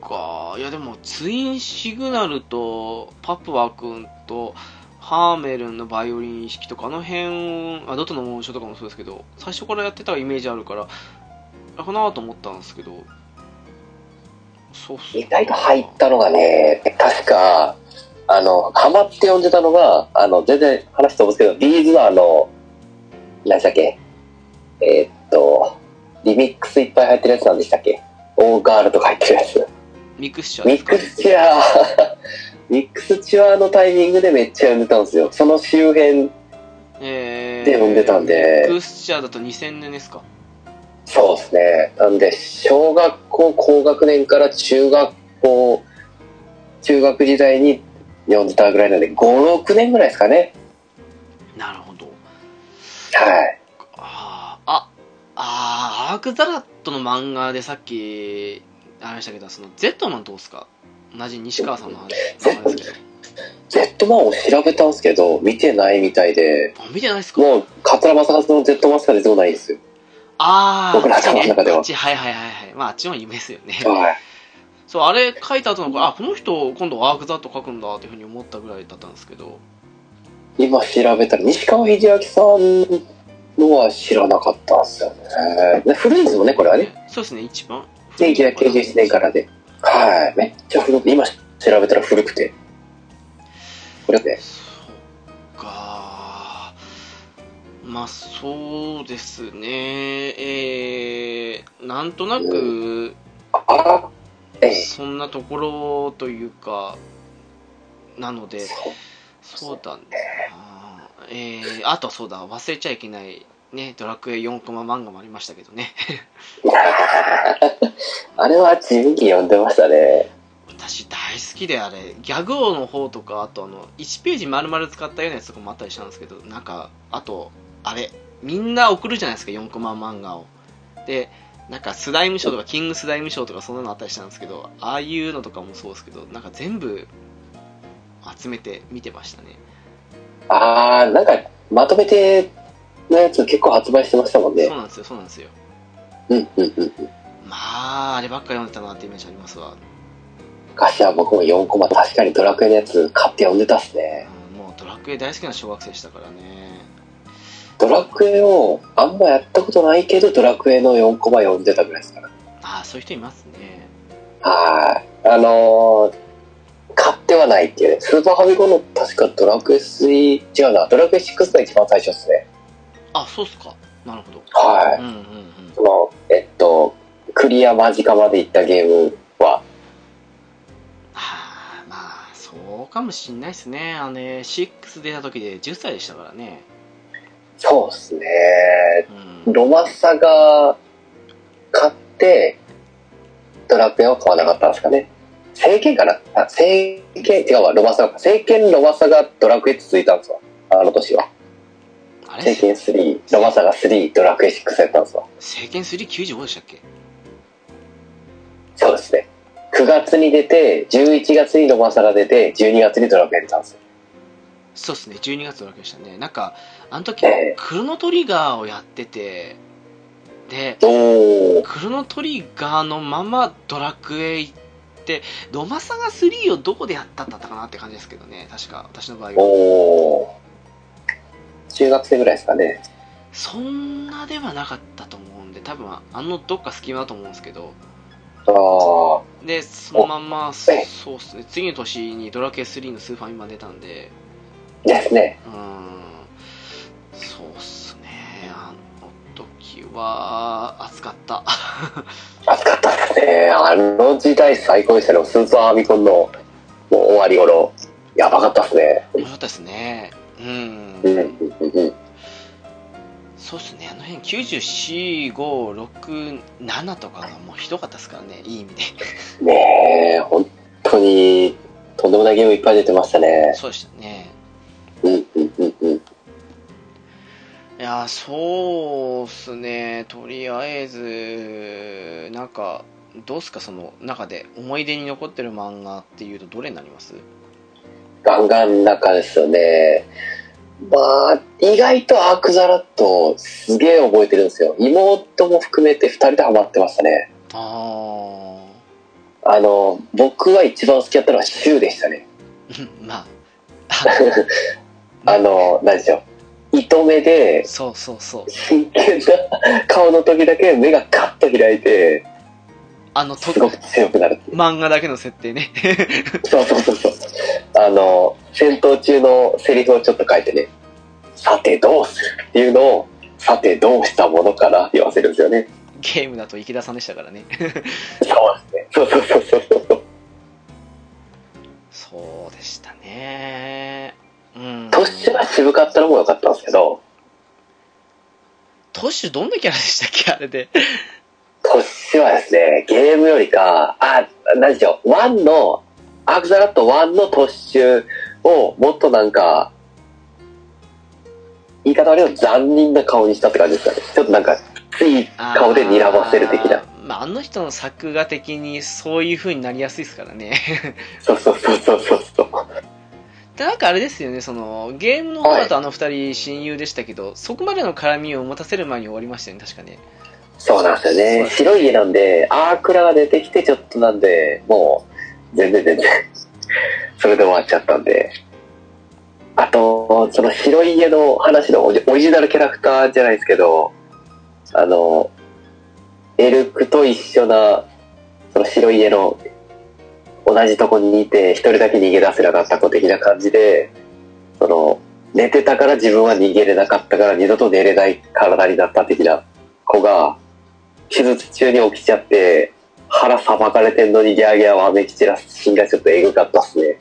S1: かいやでもツインシグナルとパプワ君とハーメルンのバイオリン式とかあの辺あドットの紋章とかもそうですけど最初からやってたイメージあるからあかなと思ったんですけどそうっすね
S2: 意外と入ったのがね確かあのハマって呼んでたのがあの全然話飛ぶんですけどビーズのあの何でしたっけえーっとリミックスいっぱい入ってるやつなんでしたっけオーガールとか入ってるやつ
S1: ミクスチャー
S2: ミ
S1: ですか
S2: クスチャー ミックスチュアのタイミングでめっちゃ読んでたんですよ。その周辺、
S1: えー、
S2: で読んでたんで
S1: クースチャーだと2000年ですか
S2: そうですね。なんで、小学校高学年から中学校、中学時代に読んでたぐらいなんで、5、6年ぐらいですかね。
S1: なるほど
S2: はい。
S1: あーああーアークザラットの漫画でさっきありましたけどその Z マンどうっすか同じ西川さんの話
S2: ゼット
S1: ですけど
S2: Z マンを調べたんですけど、見てないみたいで、
S1: あ見てないっすか
S2: もう、桂正和の Z マスター出てこないんですよ。
S1: ああ
S2: 僕ら頭の中では
S1: あっちはいはいはいはいまああっちも夢ですよね
S2: はい。
S1: そうあれ書いた後の子あこの人今度アークザラット書くんだっていうふうに思ったぐらいだったんですけど
S2: 今調べたら、西川秀明さんのは知らなかったんですよね。で古いですもんね、これはね。
S1: そうですね一番
S2: 1997年からで。はい。めっちゃ古く、今調べたら古くて。これで。
S1: そっかまあそうですねえー、なんとなく
S2: あええ。
S1: そんなところというかなので
S2: そう
S1: そうだねあーえー、あとはそうだ忘れちゃいけないねドラクエ4コマ漫画もありましたけどね
S2: あれは地味に読んでましたね。
S1: 私大好きであれギャグ王の方とかあとあの1ページ丸々使ったようなやつとかもあったりしたんですけどなんかあとあれみんな送るじゃないですか4コマ漫画をでなんかスライムショーとかキングスライムショーとかそんなのあったりしたんですけどああいうのとかもそうですけどなんか全部集めて見てましたね
S2: ああ、なんか、まとめてのやつ結構発売してましたもんね
S1: そう。なんですよそうなんですよ
S2: うんうんうん。
S1: まああればっか読んでたなってイメージありますわ
S2: 昔は僕も4コマ確かにドラクエのやつ買って読んでたっすね。
S1: うんもうドラクエ大好きな小学生でしたからね
S2: ドラクエをあんまやったことないけど、ドラクエの4コマ読んでたぐらいですから。
S1: ああそういう人いますね
S2: はい。あのー買ってはないっていうね。スーパーファミコンの確かドラクエ3、違うな、ドラクエ6が一番最初っすね。
S1: あそうっすかなるほど
S2: はい。
S1: うんうんうん
S2: その、えっと、クリア間近まで行ったゲームは、
S1: はあまあそうかもしんないですねあのね6出た時で10歳でしたからね
S2: そうっすね。
S1: うん
S2: ロマサが買って、ドラクエは買わなかったんですかね。聖剣かなあ、聖剣、違うわ、ロマサが、聖剣ロマサがドラクエ続いたんですわ。あの年は。
S1: あ
S2: 聖
S1: れ
S2: 剣3、ロマサが3、ドラクエ6やったんですわ。
S1: 政権395でしたっけ
S2: そうですね。9月に出て、11月にロマサが出て、12月にドラクエ出たんですよ。
S1: そうっすね12月のわけでしたねなんかあの時
S2: ええ
S1: クロノトリガーをやっててで
S2: おー。
S1: クロノトリガーのままドラクエ行ってロマサガ3をどこでやったんだったかなって感じですけどね確か私の場合は
S2: おー。中学生ぐらいですかね。
S1: そんなではなかったと思うんで多分あのどっか隙間だと思うんですけど
S2: あー。
S1: でそのまんまそ
S2: ええ
S1: そうっすね次の年にドラケ3のスーファミマ出たんで
S2: ですね。
S1: うーんそうっすねあの時は暑かった
S2: 暑かったですね。あの時代最高でしたね。スーパーファミコンのもう終わり頃。やばかったですね。
S1: 面白かったですねうん
S2: うん、うん、うんうん。
S1: そうっすねあの辺94567とかがもうひどかったですからねいい意味で
S2: ねえ、本当に、とんでもないゲームいっぱい出てましたね。
S1: そうでしたね
S2: うん、うん、うん、うん。
S1: いやーそうっすねとりあえずなんかどうっすかその中で思い出に残ってる漫画っていうとどれになります
S2: ガンガン中ですよね。まあ、意外とアークザラット、すげえ覚えてるんですよ。妹も含めて二人でハマってましたね。
S1: あ
S2: あの、僕は一番好きだったのはシュウでしたね。
S1: あ まあ
S2: あの、何でしょう。糸目で、
S1: そうそうそう
S2: 真剣な顔の時だけ目がカッと開いて
S1: あ のと
S2: すごく強くなるっていう
S1: 漫画だけの設定ね
S2: そうそうそうそうあの戦闘中のセリフをちょっと書いてね「さてどうする?」っていうのを「さてどうしたものかな」言わせるんですよね
S1: ゲームだと池田さんでしたからね
S2: そうですねそうそうそうそう
S1: そうで
S2: 渋かったのも良かったんですけど、
S1: トッシュどんなキャラでしたっけあれで。
S2: 年はですね、ゲームよりか、あ、何でしょう、1の、アークザラット1の突襲をもっとなんか、言い方悪いけど残忍な顔にしたって感じですかね。ちょっとなんか、つい 顔で睨ませる的な
S1: あ。ー。まあ、あの人の作画的にそういう風になりやすいですからね。
S2: そうそうそうそうそうそう。
S1: でなんかあれですよね、その、ゲームの方だとあの二人親友でしたけど、そこまでの絡みを持たせる前に終わりましたよね、確かね。
S2: そうなんですよね。白い家なんで、アークラが出てきてちょっとなんで、もう、全然全然、 それで終わっちゃったんで。あと、その白い家の話のオリオリジナルキャラクターじゃないですけど、あの、エルクと一緒な、その白い家の、同じとこにいて、一人だけ逃げ出せなかった子的な感じで、その、寝てたから自分は逃げれなかったから二度と寝れない体になった的な子が、手術中に起きちゃって、腹さばかれてんのにギャーギャーわめき散らすシーンがちょっとエグかったっすね。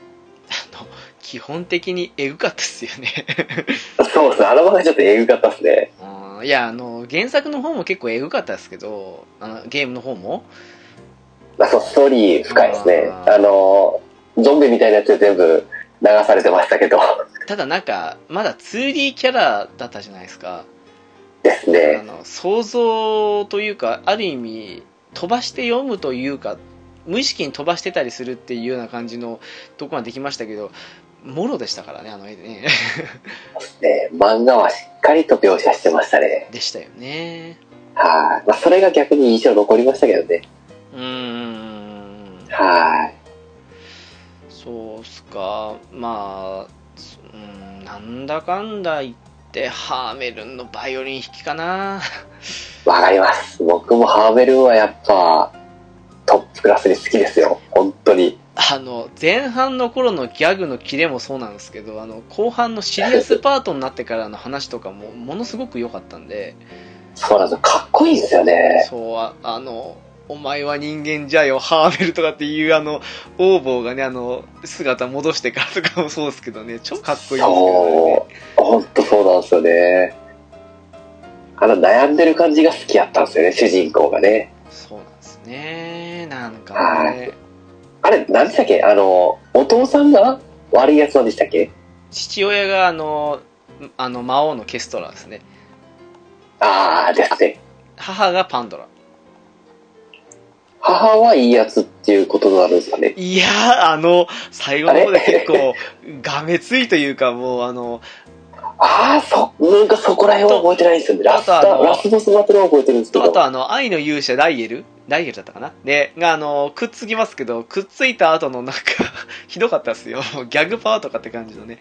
S1: あの、基本的にエグかったっすよね。
S2: そうっすね、あの場がちょっとエグかったっすね。
S1: うんいや、あの、原作の方も結構エグかったですけど、あのゲームの方も。
S2: まあ、そう、ストーリー深いですね。
S1: あ
S2: あの、ゾンビみたいなやつで全部流されてましたけど、
S1: ただなんか、まだ 2D キャラだったじゃないですか。
S2: です
S1: あ
S2: ね。
S1: の想像というかある意味飛ばして読むというか無意識に飛ばしてたりするっていうような感じのとこができましたけどもろでしたからねあの絵でね
S2: ね漫画はしっかりと描写してましたね。
S1: でしたよね
S2: はい。まあ、それが逆に印象残りましたけどね。
S1: うーん
S2: はい。
S1: そうっすかまあそうんなんだかんだ言ってハーメルンのバイオリン弾きかな
S2: わかります。僕もハーベルンはやっぱ、トップクラスに好きですよ。本当に。
S1: あの前半の頃のギャグのキレもそうなんですけどあの後半のシリアスパートになってからの話とかもものすごく良かったんで
S2: そうなんですよ。かっこいいですよね。
S1: そうああのお前は人間じゃよハーメルとかっていうあの王坊がねあの姿戻してからとかもそうですけどね超かっこいいですけどね
S2: そう、本当そうなんですよね。あの悩んでる感じが好きやったんですよね、主人公がね。
S1: そうなんですねなんかね
S2: あれ、何でしたっけあの、お父さんが悪いやつなんでしたっけ
S1: 父親があのあの魔王のケストラですね
S2: ああ、ですね。
S1: 母がパンドラ
S2: 母はいいやつっていうことになるんですかね。
S1: いやーあの最後の方で
S2: あれ
S1: 結構がめついというかもうあの
S2: ああ、そ、なんかそこら辺は覚えてないんですよね。ラス
S1: あとあの
S2: ト、ラスボスバトルは覚えてるんですけ
S1: とあ
S2: ど
S1: と。あの愛の勇者ダイエルダイエルだったかなでがあのくっつきますけどくっついた後のなんか ひどかったっすよもうギャグパワーとかって感じのね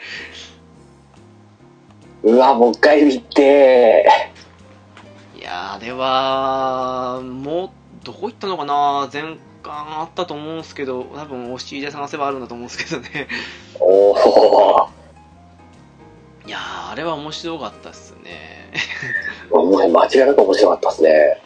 S2: うわ、もう一回見て。
S1: いやーあれはもうどこ行ったのかな前巻あったと思うんですけど多分押し入れ探せばあるんだと思うんですけどね
S2: おお、
S1: いやーあれは面白かったっすね
S2: もう間違いなく面白かったですね。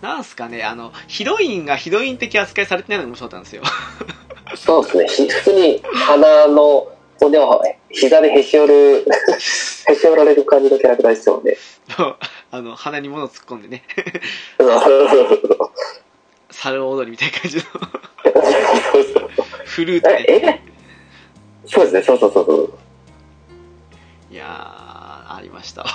S1: ななんすかねあのヒロインがヒロイン的扱いされてないのが面白かったんですよ
S2: そうですね、ひ普通に鼻の骨を膝でへし折る、 へし折られる感じのキャラクターですよね。
S1: あの鼻に物を突っ込んでね
S2: そうそうそうそう
S1: 猿踊りみたいな感じの フルートで
S2: ええそうですね、そうそうそうそう。
S1: いやー、ありました。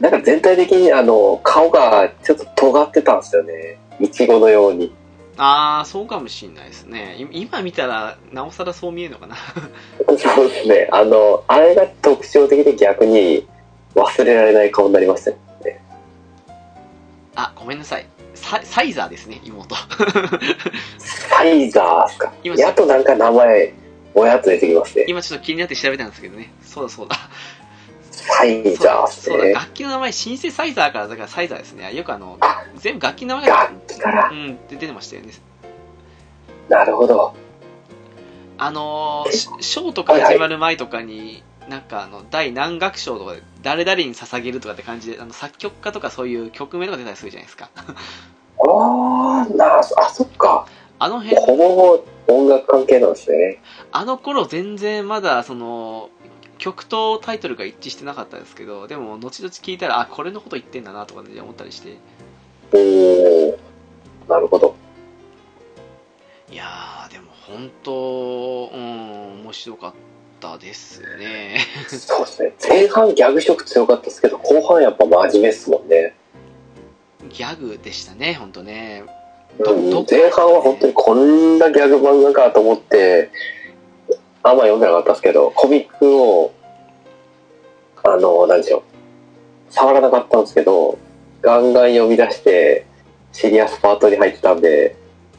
S2: なんか全体的にあの、顔がちょっと尖ってたんですよね。いちごのように。
S1: あー、そうかもしんないですね。い今見たら、なおさらそう見えるのかな。
S2: そうですね、あの、あれが特徴的で逆に忘れられない顔になりましたね。
S1: あ、ごめんなさい。ササイザーですね、妹。
S2: サイザーですか。
S1: 今
S2: やっとなんか名前、おやつ出てきますね。
S1: 今ちょっと気になって調べたんですけどね。そうだそうだ。
S2: サイ
S1: そう
S2: ザー
S1: だ、
S2: っす
S1: そうだ
S2: ね。
S1: 楽器の名前、シンセサイザーから、だからサイザーですね。よくあの
S2: あ、
S1: 全部楽器の名前が、
S2: 楽器から
S1: う。ん、で出てましたよね。
S2: なるほど。
S1: あのー、シショーとか始まる前とかに、なんかあの、第何楽章とかで、誰々に捧げるとかって感じで、あの、作曲家とかそういう曲名とか出たりするじゃないですか。
S2: ああ、なあ、あ、そっか。
S1: あの辺
S2: ほぼほぼ音楽関係なんですね。
S1: あの頃全然まだその曲とタイトルが一致してなかったですけどでも後々聞いたらあこれのこと言ってんだなとかね思ったりして
S2: おー、なるほど。
S1: いやーでも本当うん面白かったですね
S2: そうですね。前半ギャグ色強かったですけど、後半やっぱ真面目っすもんね。
S1: ギャグでしたね本当ねど
S2: うん
S1: ど
S2: 前半は本当にこんなギャグ漫画かと思って、あんま読んでなかったですけど、コミックを、あの、なんでしょう、触らなかったんですけど、ガンガン読み出して、シリアスパートに入ってたんで、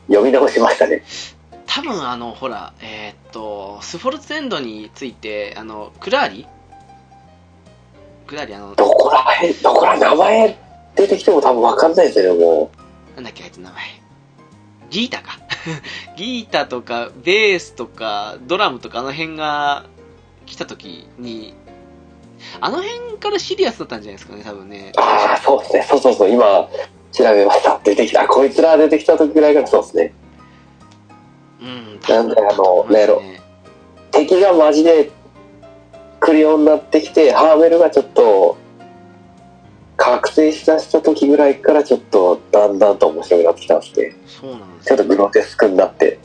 S2: 読み直しましたね。
S1: 多分あのほらえーっとスフォルツエンドについてあのクラーリクラーリあの
S2: どこらへん、どこら名前出てきても多分わかんないですよね、も
S1: なんだっけあいつ名前ギータか ギータとかベースとかドラムとかあの辺が来た時にあの辺からシリアスだったんじゃないですかね多分ね
S2: う。ああ、そうですね。そうそうそう。今、調べました。出てきた。こいつら出てきた時ぐらいからそうですね。
S1: うん
S2: なんであの
S1: だと思います
S2: なんやろ敵がマジで来るようになってきてハーベルがちょっと覚醒しだした時ぐらいからちょっとだんだんと面白くなってきたんですね
S1: そうなんです
S2: ちょ
S1: よ
S2: っとグロテスクになって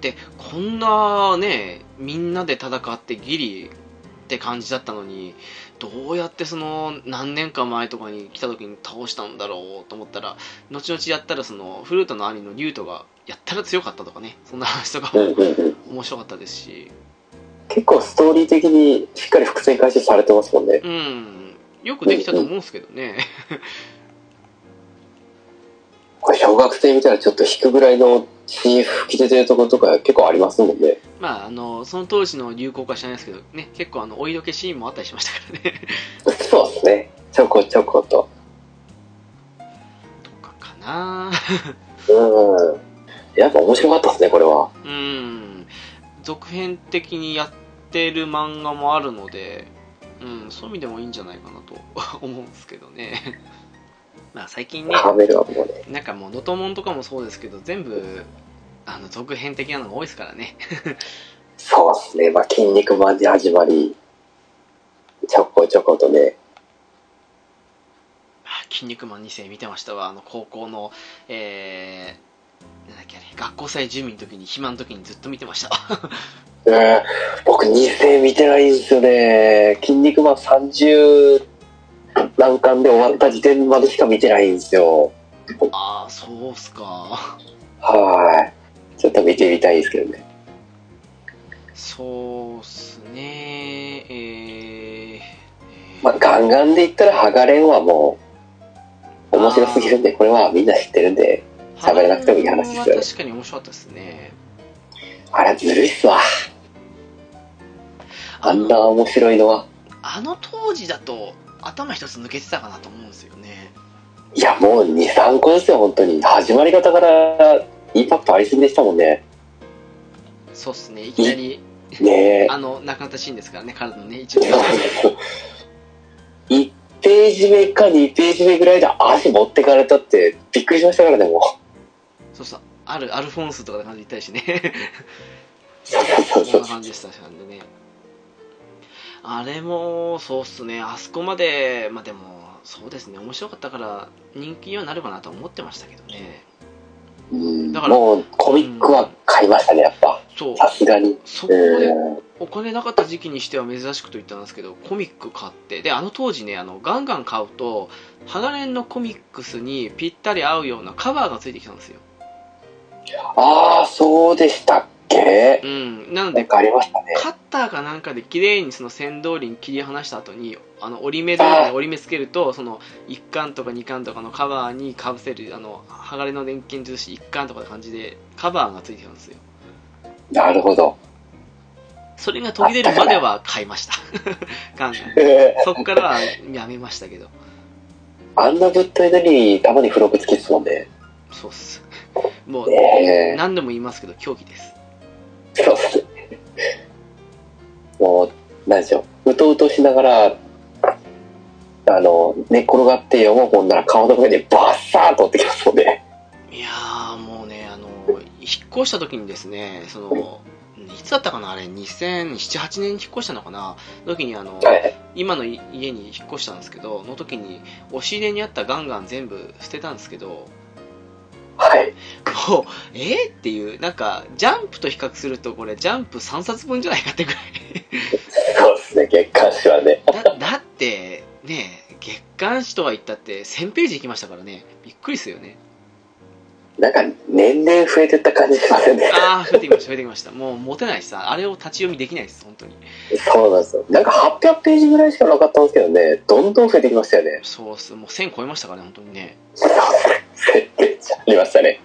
S1: でこんなねみんなで戦ってギリって感じだったのにどうやってその何年か前とかに来た時に倒したんだろうと思ったら後々やったらそのフルートの兄のリュウトがやったら強かったとかねそんな話とか
S2: うん
S1: も
S2: うんうん
S1: 面白かったですし
S2: 結構ストーリー的にしっかり伏線回収されてますもんね
S1: うんよくできたと思うんですけどね
S2: これ小学生見たらちょっと引くぐらいの血吹き出てるところとか結構ありますもんね
S1: まああのその当時の流行か知らないですけどね結構あのお色気シーンもあったりしましたからね
S2: そうですねちょこちょこと
S1: とかかな
S2: うんやっぱ面白かったですねこれは
S1: うん続編的にやってる漫画もあるので、うん、そういう意味でもいいんじゃないかなと 思うんですけどね まあ最近ね
S2: ハーベルはもうね
S1: なんかもう「のともん」とかもそうですけど全部あの続編的なのが多いですからね
S2: そうですね、まあ、筋肉マンで始まり、ちょこちょことね、
S1: 「あ筋肉マン2世」見てましたわあの高校のえー、なんだっけあれ学校祭準備の時に暇の時にずっと見てま した
S2: うん、僕、2世見てないんですよね、筋肉マン30何巻で終わった時点までしか見てないんですよ、
S1: ああそうっすか
S2: はい、ちょっと見てみたいですけどね、
S1: そうっすねえー、
S2: まあ、ガンガンで言ったら、ハガレンはもう、面白すぎるんで、これはみんな知ってるんで、喋らなくてもいい話ですよね
S1: あれは確かに面白かったですね
S2: あれ、ずるいっすわ、あんな面白いのは。
S1: あの当時だと頭一つ抜けてたかなと思うんですよね
S2: いや、もう2、3個ですよ、本当に。始まり方から、インパクトありすぎでしたもんね。
S1: そうっすねいきなり
S2: ねえ。
S1: あの亡くなったシーンですからね体のね 一部
S2: 1ページ目か2ページ目ぐらいで足持ってかれたってびっくりしましたからねもう
S1: そうそうあるアルフォンスとかで感じで言ったりしてね
S2: そうそう
S1: そ
S2: そ
S1: ん
S2: う
S1: な
S2: そう
S1: 感じでした確かにねあれもそうっすねあそこまでまあでもそうですね面白かったから人気にはなるかなとは思ってましたけどね
S2: うん
S1: だから
S2: もうコミックは買いましたねやっぱ
S1: そう
S2: さすがに
S1: そこで
S2: うん
S1: お金なかった時期にしては珍しくと言ったんですけどコミック買ってであの当時ねあのガンガン買うと鋼のコミックスにぴったり合うようなカバーがついてきたんですよ
S2: ああそうでしたっけ
S1: うんなの
S2: なん
S1: で
S2: かありましたね
S1: カッターかなんかで綺麗にその線通りに切り離した後にあの折り目とかで折り目つけるとその1巻とか2巻とかのカバーにかぶせるあの鋼の錬金術師1巻とかって感じでカバーがついてたんですよ
S2: なるほど
S1: それが途切れるまでは買いました ガンガンそこからはやめましたけど
S2: あんな物体なのにたまに付録付きですもんね
S1: そうっす。もう、
S2: ねえ
S1: 何度も言いますけど、狂気です。
S2: そうっすね。もう、なんでしょう。うとうとしながら、あの、寝転がって読もうもんなら顔の上でバッサーとってきますもんね。
S1: いやー、もうね、あの、一引っ越した時にですねそのいつだったかなあれ2007,8年に引っ越したのかなの時にあの
S2: はい。
S1: 今のい家に引っ越したんですけどの時に押し入れにあったガンガン全部捨てたんですけど
S2: はい。
S1: もうえー、っていうなんかジャンプと比較するとこれジャンプ3冊分じゃないかってぐらい
S2: そうですね、月刊誌はね。
S1: だだってね月刊誌とは言ったって1000ページいきましたからねびっくりですよね
S2: なんか、年々増えてった感じしますよね。
S1: ああ増えてきました増えてきましたもう持てないしさあれを立ち読みできないです本当に
S2: そうなんですよ。なんか800ページぐらいしかなかったんですけどね、どんどん増えてきましたよね。
S1: そうっすもう1000超えましたからね本当にね
S2: そうめっちゃありましたね。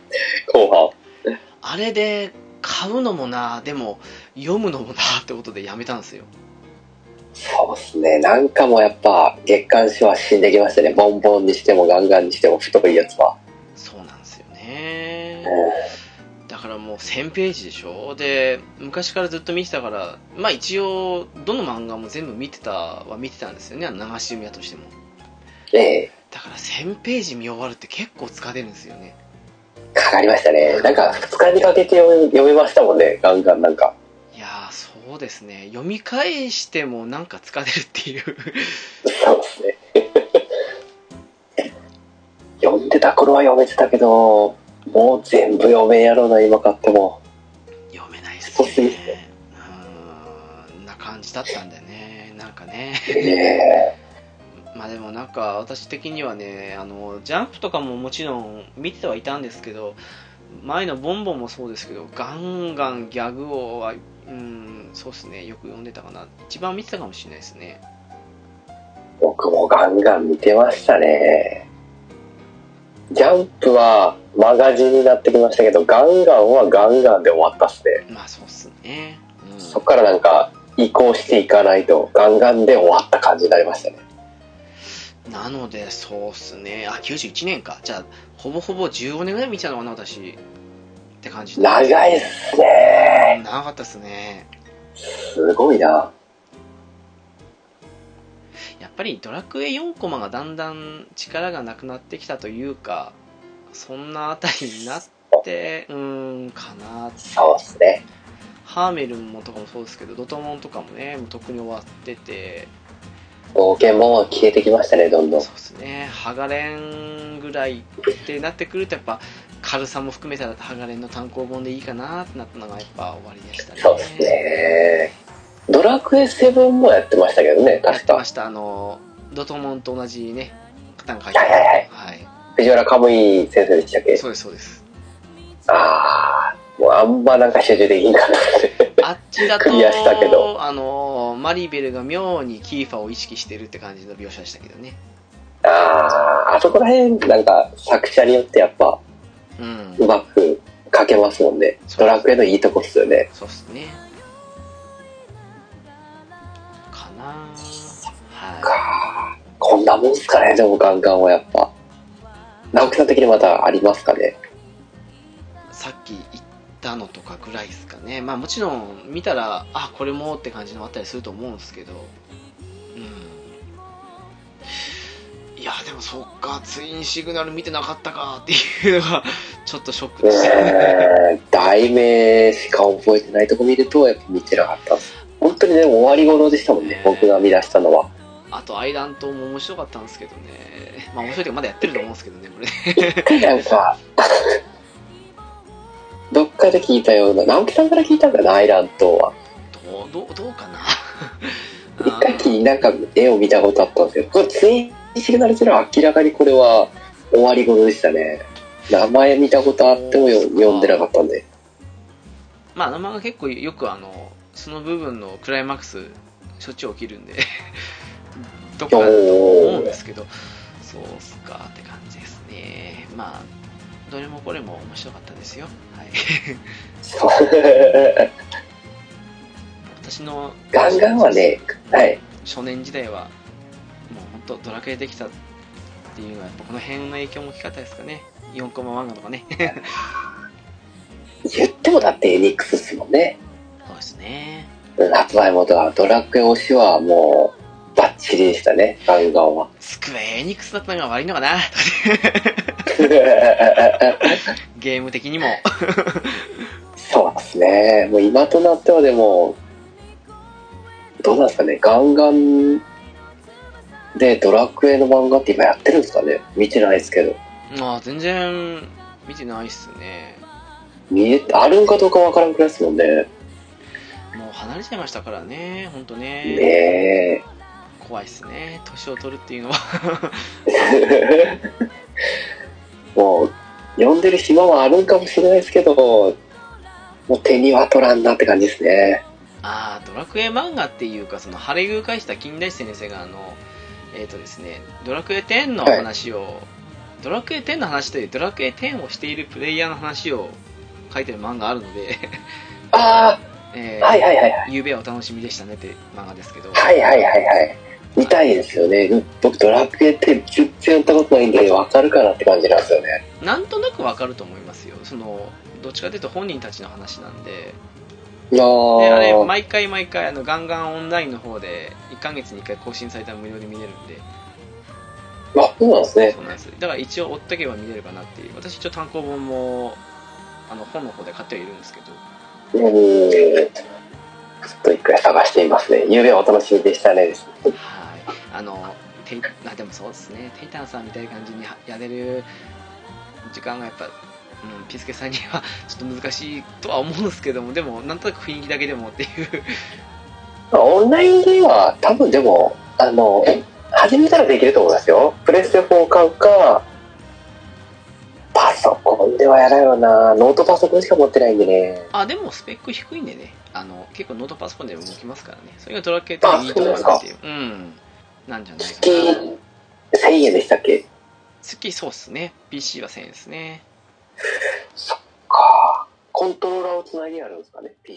S2: 後半。
S1: あれで買うのもなでも読むのもなってことでやめたんですよ
S2: そうですね。なんかもうやっぱ、月刊誌は死んできましたね。ボンボンにしてもガンガンにしても太いやつは。
S1: そうなんですよ
S2: う
S1: ね
S2: ん
S1: だからもう1000ページでしょで昔からずっと見てたからまあ一応どの漫画も全部見てたは見てたんですよねあの流し読みだとしても
S2: ええ
S1: だから1000ページ見終わるって結構疲れるんですよね
S2: かかりましたね。なんか、2日にかけて読み読みましたもんね。ガンガンなんか。
S1: いやーそうですね読み返してもなんか疲れるっていう
S2: そうですね。読んでた頃は読めてたけど、もう全部読めんやろうな、今買っても。
S1: 読めないっす
S2: そうです
S1: ねうーんな感じだったんだよねなんかね
S2: ええ
S1: まあでもなんか私的にはねあのジャンプとかももちろん見てはいたんですけど前のボンボンもそうですけどガンガンギャグをはうんそうですねよく読んでたかな一番見てたかもしれないですね
S2: 僕もガンガン見てましたね。ジャンプはマガジンになってきましたけど、ガンガンはガンガンで終わったっすね。
S1: まあそうっすね、うん、
S2: そこからなんか移行していかないとガンガンで終わった感じになりましたね。
S1: なので、そうっすね。あ、91年か。じゃあ、ほぼほぼ15年ぐらい見ちゃうのかな、私。って感じで。
S2: 長いっすね。
S1: 長かったっすね。
S2: すごいな。
S1: やっぱりドラクエ4コマがだんだん力がなくなってきたというか、そんなあたりになって、うーん、かな。
S2: そうっすね。
S1: ハーメルンもとかもそうですけど、ドトモンとかもね、もうとっくに終わってて、
S2: 冒険も消えてきましたね、どんどん。
S1: そうですね、ハガレンぐらいってなってくると、やっぱ軽さも含めたら、ハガレンの単行本でいいかなってなったのが、やっぱ終わりでしたね。
S2: そうっすね。ドラクエ7もやってましたけどね、
S1: やっ
S2: 確
S1: てま
S2: か。
S1: した、あの、ドトモンと同じね、方が書いて
S2: はいはいはい
S1: は
S2: 藤原カムイ先生でしたっ
S1: い、
S2: け
S1: そうです、そうです。
S2: ああ、もうあんまなんか集中できんかったって。
S1: あっちだ
S2: クリアしたけ
S1: と、
S2: ど
S1: あの、マリベルが妙にキーファーを意識してるって感じの描写でしたけどね。
S2: ああ、あそこら辺なんか作者によってやっぱ
S1: うん、
S2: うまく書けますもんね。ドラクエのいいとこっすよね。
S1: そうっすね。かなはい。
S2: かこんなもんすかねでもガンガンはやっぱ直木さん的にまたありますかね
S1: さっき言ったのとかぐらいですかねまあもちろん見たらあこれもって感じのあったりすると思うんですけどうんいやでもそっかツインシグナル見てなかったかっていうのがちょっとショックでしたね
S2: えー題名しか覚えてないとこ見るとやっぱ見てなかったっす本当にね終わり頃でしたもんね僕が見出した のは
S1: あとアイラン島も面白かったんですけどねまあ面白いけどまだやってると思うんですけどねこれね
S2: なんか どっかで聞いたような直木さんから聞いたんかなアイラン島は
S1: どうどうどう かな
S2: 一回きりなんか絵を見たことあったんですけどこれツインシグナルっていうのは明らかにこれは終わり頃でしたね名前見たことあってもよ読んでなかったんで
S1: まああの漫画結構よくあのその部分のクライマックスしょっちゅう起きるんで どっかだと思うんですけどそうっすかって感じですねまあどれもこれも面白かったですよ、はい、 私の
S2: ガンガンはね、はい。
S1: 少年時代はもう本当ドラクエできたっていうのはやっぱこの辺の影響も大きかったですかね4コマ漫画とかね
S2: 言ってもだってエニックスっすもんね。
S1: そうですね
S2: 発売元はドラクエ推しはもう、バッチリでしたね、ガンガンは。
S1: スクエアエニックスだったのが悪いのかなとかねゲーム的にも
S2: そうですね。もう今となってはでも、どうなんですかね、ガンガンでドラクエの漫画って今やってるんですかね見てないですけど。
S1: まあ全然見てないっすね
S2: 見え、あるんかどうかわからんくらいですもんね。
S1: もう離れちゃいましたからね本当
S2: ね
S1: ね
S2: え。
S1: 怖いっすね年を取るっていうのは
S2: もう、読んでる暇はあるんかもしれないですけど、もう手には取らんなって感じですね。
S1: ああドラクエ漫画っていうかその晴れ具返した金田一先生があのえっ、とですねドラクエ10の話を、ドラクエ10の話というドラクエ10をしているプレイヤーの話を書いてる漫画あるので、
S2: あ
S1: え
S2: あ、はいはいはいはい。
S1: ゆうべはお楽しみでしたねって漫画ですけど、
S2: はいはいはいはい。見たいですよね。僕ドラクエって全然やったことないんで、わかるかなって感じなんですよね。
S1: なんとなくわかると思いますよそのどっちかというと本人たちの話なんで
S2: いやー
S1: であれ毎回毎回あのガンガンオンラインの方で1ヶ月に1回更新されたら無料で見れるんで
S2: あ、そうなんですね。
S1: そうなんですだから一応追っとけば見れるかなっていう私一応単行本もあの本の方で買ってはいるんですけど
S2: うーん。ちょっと一回探してみますね。ゆうべはお楽しみでしたねです。
S1: はいあのテイあでもそうですねテイタンさんみたいな感じにやれる時間がやっぱ、うん、ピスケさんにはちょっと難しいとは思うんですけどもでもなんとなく雰囲気だけでもっていう
S2: オンラインでは多分でも、あの、始めたらできると思いますよ。プレステ4買うか、パソコンではやらんよな。ノートパソコンしか持ってないんでね。
S1: あでもスペック低いんでねあの結構ノートパソコンでも動きますからねそれがドラッケーといいところだっていううんなんじゃない
S2: 月
S1: かな
S2: 1000円でしたっけ
S1: 月そうっすね PC は1000円ですね
S2: か。コントローラーをつないでやるんですかね。PC